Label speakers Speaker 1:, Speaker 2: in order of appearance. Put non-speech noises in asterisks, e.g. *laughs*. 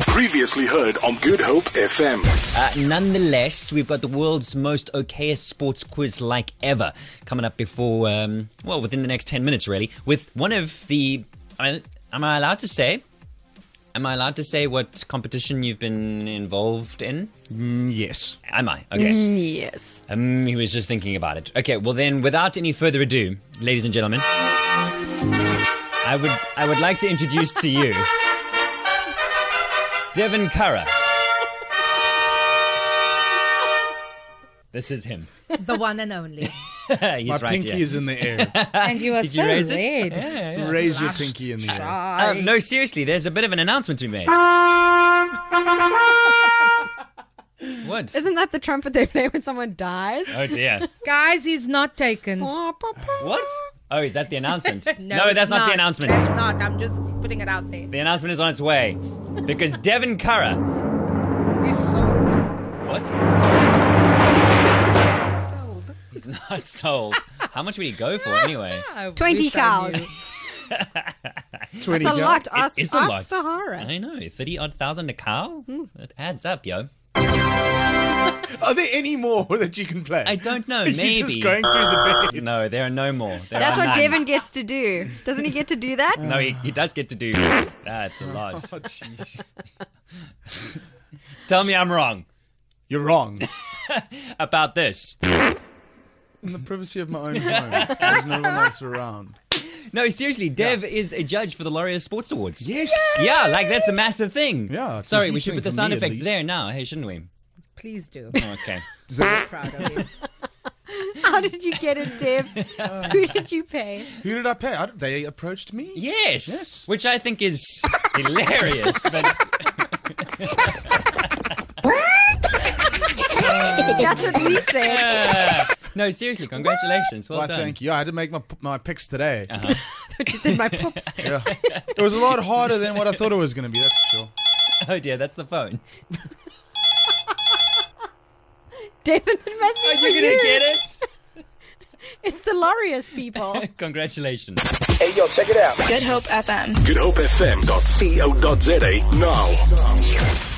Speaker 1: Previously heard on Good Hope FM.
Speaker 2: Uh, nonetheless, we've got the world's most okayest sports quiz like ever coming up before, um, well, within the next 10 minutes, really, with one of the. I, am I allowed to say? Am I allowed to say what competition you've been involved in?
Speaker 3: Yes.
Speaker 2: Am I? Okay.
Speaker 4: Yes.
Speaker 2: Um, he was just thinking about it. Okay, well then, without any further ado, ladies and gentlemen, I would I would like to introduce to you Devin Curra. This is him.
Speaker 4: The one
Speaker 5: *laughs*
Speaker 4: and only.
Speaker 2: He's
Speaker 3: My
Speaker 2: right
Speaker 3: pinky
Speaker 2: here.
Speaker 3: is in
Speaker 2: *laughs*
Speaker 3: the air.
Speaker 4: and you are
Speaker 2: Did you
Speaker 4: so
Speaker 2: raise it?
Speaker 4: red.
Speaker 2: Yeah, yeah.
Speaker 3: Raise your pinky in the air.
Speaker 4: Right.
Speaker 2: Um, no, seriously, there's a bit of an announcement to be
Speaker 3: *laughs*
Speaker 2: made. what?
Speaker 4: Isn't that the trumpet they play when someone dies?
Speaker 2: oh dear.
Speaker 5: Guys, he's not taken.
Speaker 2: What? Oh, is that the announcement?
Speaker 4: *laughs*
Speaker 5: it's
Speaker 2: that's not the announcement.
Speaker 5: That's not. I'm just putting it out there.
Speaker 2: The announcement is on its way because Devin Curra.
Speaker 5: He's sold.
Speaker 2: What?
Speaker 5: He's sold.
Speaker 2: He's not sold. How much would he go
Speaker 4: *laughs*
Speaker 2: for anyway?
Speaker 4: 20 cows.
Speaker 3: 20
Speaker 4: It's a
Speaker 3: yards.
Speaker 4: lot. Ask,
Speaker 2: It's a
Speaker 4: ask
Speaker 2: lot.
Speaker 4: Sahara. Hmm.
Speaker 2: I know, thirty odd thousand a cow. That adds up, yo.
Speaker 3: Are there any more *laughs* that you can play?
Speaker 2: I don't know.
Speaker 3: *laughs* You're
Speaker 2: Maybe. Uh,
Speaker 3: just going through the bed.
Speaker 2: no, there are no more. There
Speaker 4: That's
Speaker 2: are
Speaker 4: what
Speaker 2: none.
Speaker 4: Devin gets to do. Doesn't he get to do *laughs* that?
Speaker 2: No, he, he does get to do. That's a lot.
Speaker 3: *laughs* Oh, jeez.
Speaker 2: Tell me I'm wrong
Speaker 3: You're wrong. *laughs*
Speaker 2: about this.
Speaker 3: In the privacy of my own
Speaker 2: *laughs*
Speaker 3: home, there's no one else around.
Speaker 2: No, seriously, Dev is a judge for the Laureus Sports Awards.
Speaker 3: Yes.
Speaker 2: Yeah, like that's a massive thing.
Speaker 3: Yeah, it's
Speaker 2: Sorry, we should
Speaker 3: confusing
Speaker 2: put the
Speaker 3: for
Speaker 2: sound
Speaker 3: me at
Speaker 2: effects
Speaker 3: least.
Speaker 2: there now, hey, shouldn't we?
Speaker 5: Please do.
Speaker 2: Oh,
Speaker 3: *laughs*
Speaker 2: Okay.
Speaker 3: Is that-
Speaker 5: Proud of you.
Speaker 4: How did you get it, *laughs* Dev? Who did you pay?
Speaker 3: who did I pay? I, they approached me.
Speaker 2: Yes.
Speaker 3: Yes.
Speaker 2: Which I think is hilarious, but
Speaker 4: That's what we said.
Speaker 2: Yeah. uh, no, seriously, congratulations. Well
Speaker 3: Why,
Speaker 2: done. Uh-huh.
Speaker 3: thank you. I had to make my my picks today.
Speaker 4: But you said my poops.
Speaker 3: Yeah. It was a lot harder than what I thought it was going to be. That's for sure.
Speaker 2: Oh dear, that's the phone.
Speaker 4: Devin, it must be
Speaker 2: Are
Speaker 4: for
Speaker 2: you
Speaker 4: you.
Speaker 2: gonna get it?
Speaker 4: It's the Laureus people.
Speaker 2: *laughs* Congratulations.
Speaker 1: Hey, yo, check it out.
Speaker 6: Good Hope FM.
Speaker 1: GoodHopeFM.co.za now.